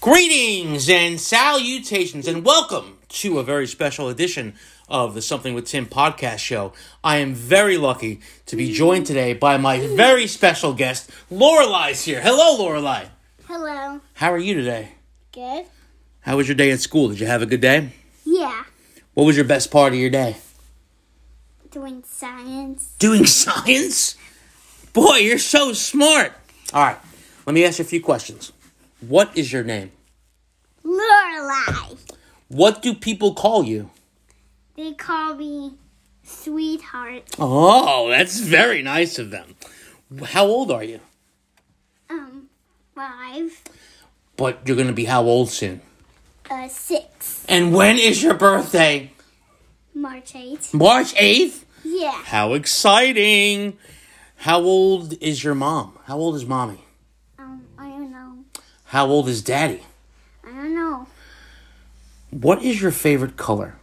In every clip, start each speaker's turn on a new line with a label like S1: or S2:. S1: Greetings and salutations, and welcome to a very special edition of the Something with Tim podcast show. I am very lucky to be joined today by my very special guest, Lorelai's here. Hello, Lorelai.
S2: Hello.
S1: How are you today?
S2: Good?
S1: How was your day at school? Did you have a good day?
S2: Yeah.
S1: What was your best part of your day?
S2: Doing science.
S1: Doing science? Boy, you're so smart. All right, let me ask you a few questions. What is your name?
S2: Lorelai.
S1: What do people call you?
S2: They call me sweetheart.
S1: Oh, that's very nice of them. How old are you?
S2: Um, five,
S1: But you're going to be how old soon?
S2: uh, six,
S1: And when is your birthday?
S2: March eighth.
S1: March 8th?
S2: Yeah.
S1: How exciting! How old is your mom? How old is mommy?
S2: Um, I don't know.
S1: How old is daddy?
S2: I don't know.
S1: What is your favorite color?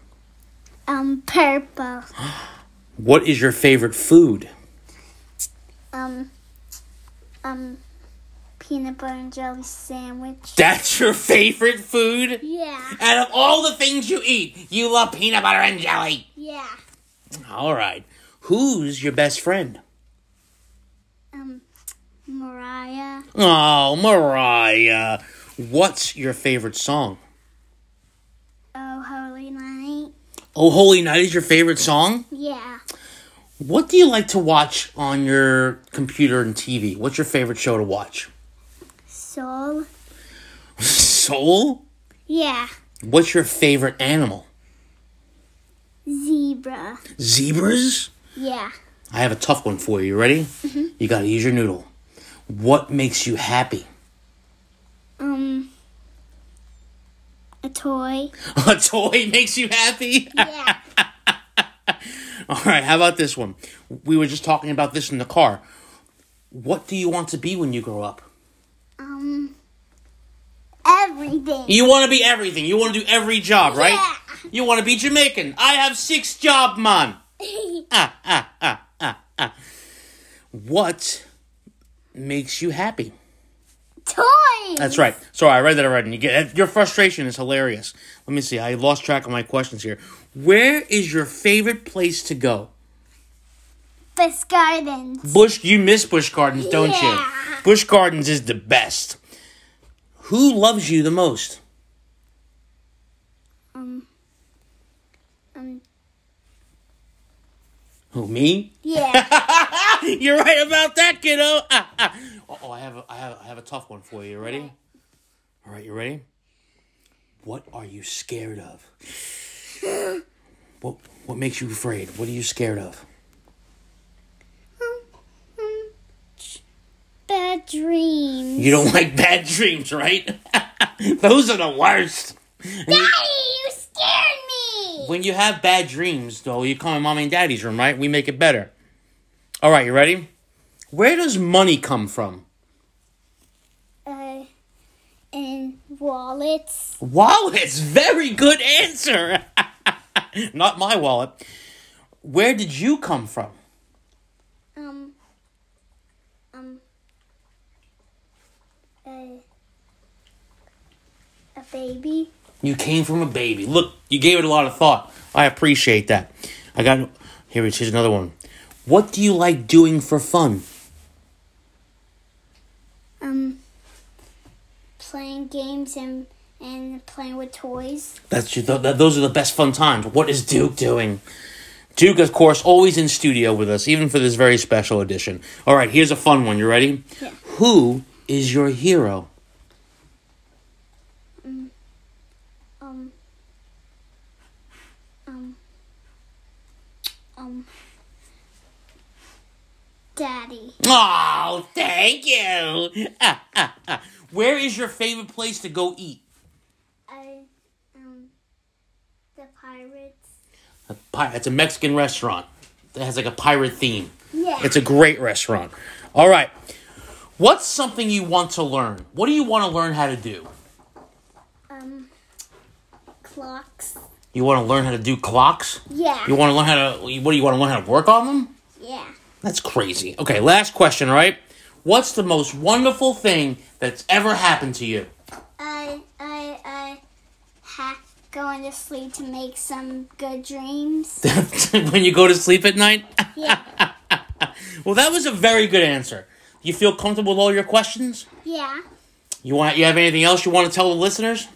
S2: Um, purple.
S1: What is your favorite food?
S2: Um, um, peanut butter and jelly sandwich.
S1: That's your favorite food?
S2: Yeah.
S1: Out of all the things you eat, you love peanut butter and jelly.
S2: Yeah.
S1: All right. Who's your best friend?
S2: Um, Mariah.
S1: Oh, Mariah. What's your favorite song?
S2: Oh, holy night.
S1: Oh, Holy Night is your favorite song?
S2: Yeah.
S1: What do you like to watch on your computer and TV? What's your favorite show to watch?
S2: Soul.
S1: Soul?
S2: Yeah.
S1: What's your favorite animal?
S2: Zebra.
S1: Zebras?
S2: Yeah.
S1: I have a tough one for you. You ready? You gotta use your noodle. What makes you happy?
S2: Um. A toy.
S1: A toy makes you happy?
S2: Yeah.
S1: All right, how about this one? We were just talking about this in the car. What do you want to be when you grow up?
S2: um. Everything.
S1: You want to be everything. You want to do every job, right?
S2: Yeah.
S1: You want to be Jamaican. I have six job, man. Ah, ah, ah, ah, ah. What makes you happy?
S2: Toys.
S1: That's right. Sorry, I read that already. You get your frustration is hilarious. Let me see. I lost track of my questions here. Where is your favorite place to go?
S2: Fisk Gardens.
S1: Bush, you miss Bush Gardens, don't
S2: Yeah.
S1: you? Bush Gardens is the best. Who loves you the most?
S2: Um. Um.
S1: Who me?
S2: Yeah.
S1: You're right about that, kiddo. Ah, ah. Oh, I have a, I have I have a tough one for you. You Ready? All right, you ready? What are you scared of? what What makes you afraid? What are you scared of?
S2: Um, Bad dreams.
S1: You don't like bad dreams, right? Those are the worst.
S2: Daddy, you scared me.
S1: When you have bad dreams, though, you come in mommy and daddy's room, right? We make it better. All right, you ready? Where does money come from?
S2: Uh. And wallets.
S1: Wallets, very good answer. Not my wallet. Where did you come from?
S2: Um. Um. Uh. A baby.
S1: You came from a baby. Look, you gave it a lot of thought. I appreciate that. I got here. Here's another one. What do you like doing for fun?
S2: um playing games and and playing with toys.
S1: That's th- th- those are the best fun times. What is Duke doing? Duke, of course, always in studio with us, even for this very special edition. All right, here's a fun one. You ready?
S2: Yeah.
S1: Who is your hero?
S2: Um um um Daddy.
S1: Oh, thank you. Ah, ah, ah. Where is your favorite place to go eat?
S2: I um the pirates.
S1: A pi- It's a Mexican restaurant that has like a pirate theme.
S2: Yeah.
S1: It's a great restaurant. All right. What's something you want to learn? What do you want to learn how to do?
S2: um clocks.
S1: You want to learn how to do clocks?
S2: Yeah.
S1: You want to learn how to what do you want to learn how to work on them?
S2: yeah.
S1: That's crazy. Okay, last question, right? What's the most wonderful thing that's ever happened to you?
S2: I I I hack going to sleep to make some good dreams.
S1: when you go to sleep at night?
S2: Yeah.
S1: well, that was a very good answer. You feel comfortable with all your questions?
S2: yeah.
S1: You want you have anything else you want to tell the listeners?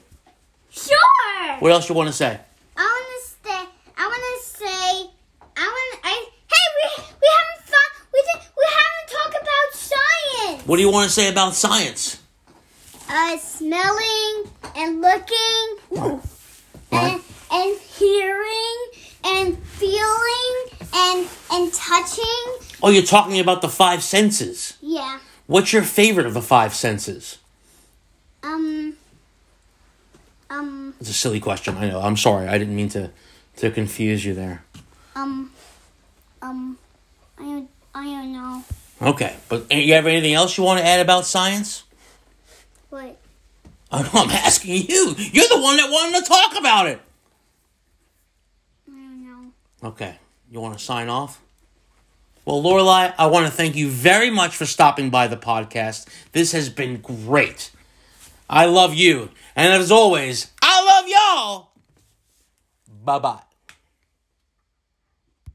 S2: Sure.
S1: What else you want to say?
S2: I want to stay. I want to say. I want. I hey, we we haven't fun. We did, we haven't talked about science.
S1: What do you want to say about science?
S2: Uh, smelling and looking and and hearing and feeling and and touching.
S1: Oh, you're talking about the five senses.
S2: Yeah.
S1: What's your favorite of the five senses?
S2: Um. Um.
S1: It's a silly question. I know. I'm sorry. I didn't mean to to confuse you there.
S2: Um. Um. I don't. I don't know.
S1: Okay, but a- you have anything else you want to add about science?
S2: What?
S1: I know, I'm asking you. You're the one that wanted to talk about it.
S2: I don't know.
S1: Okay. You want to sign off? Well, Lorelai, I want to thank you very much for stopping by the podcast. This has been great. I love you. And as always, I love y'all. Bye bye.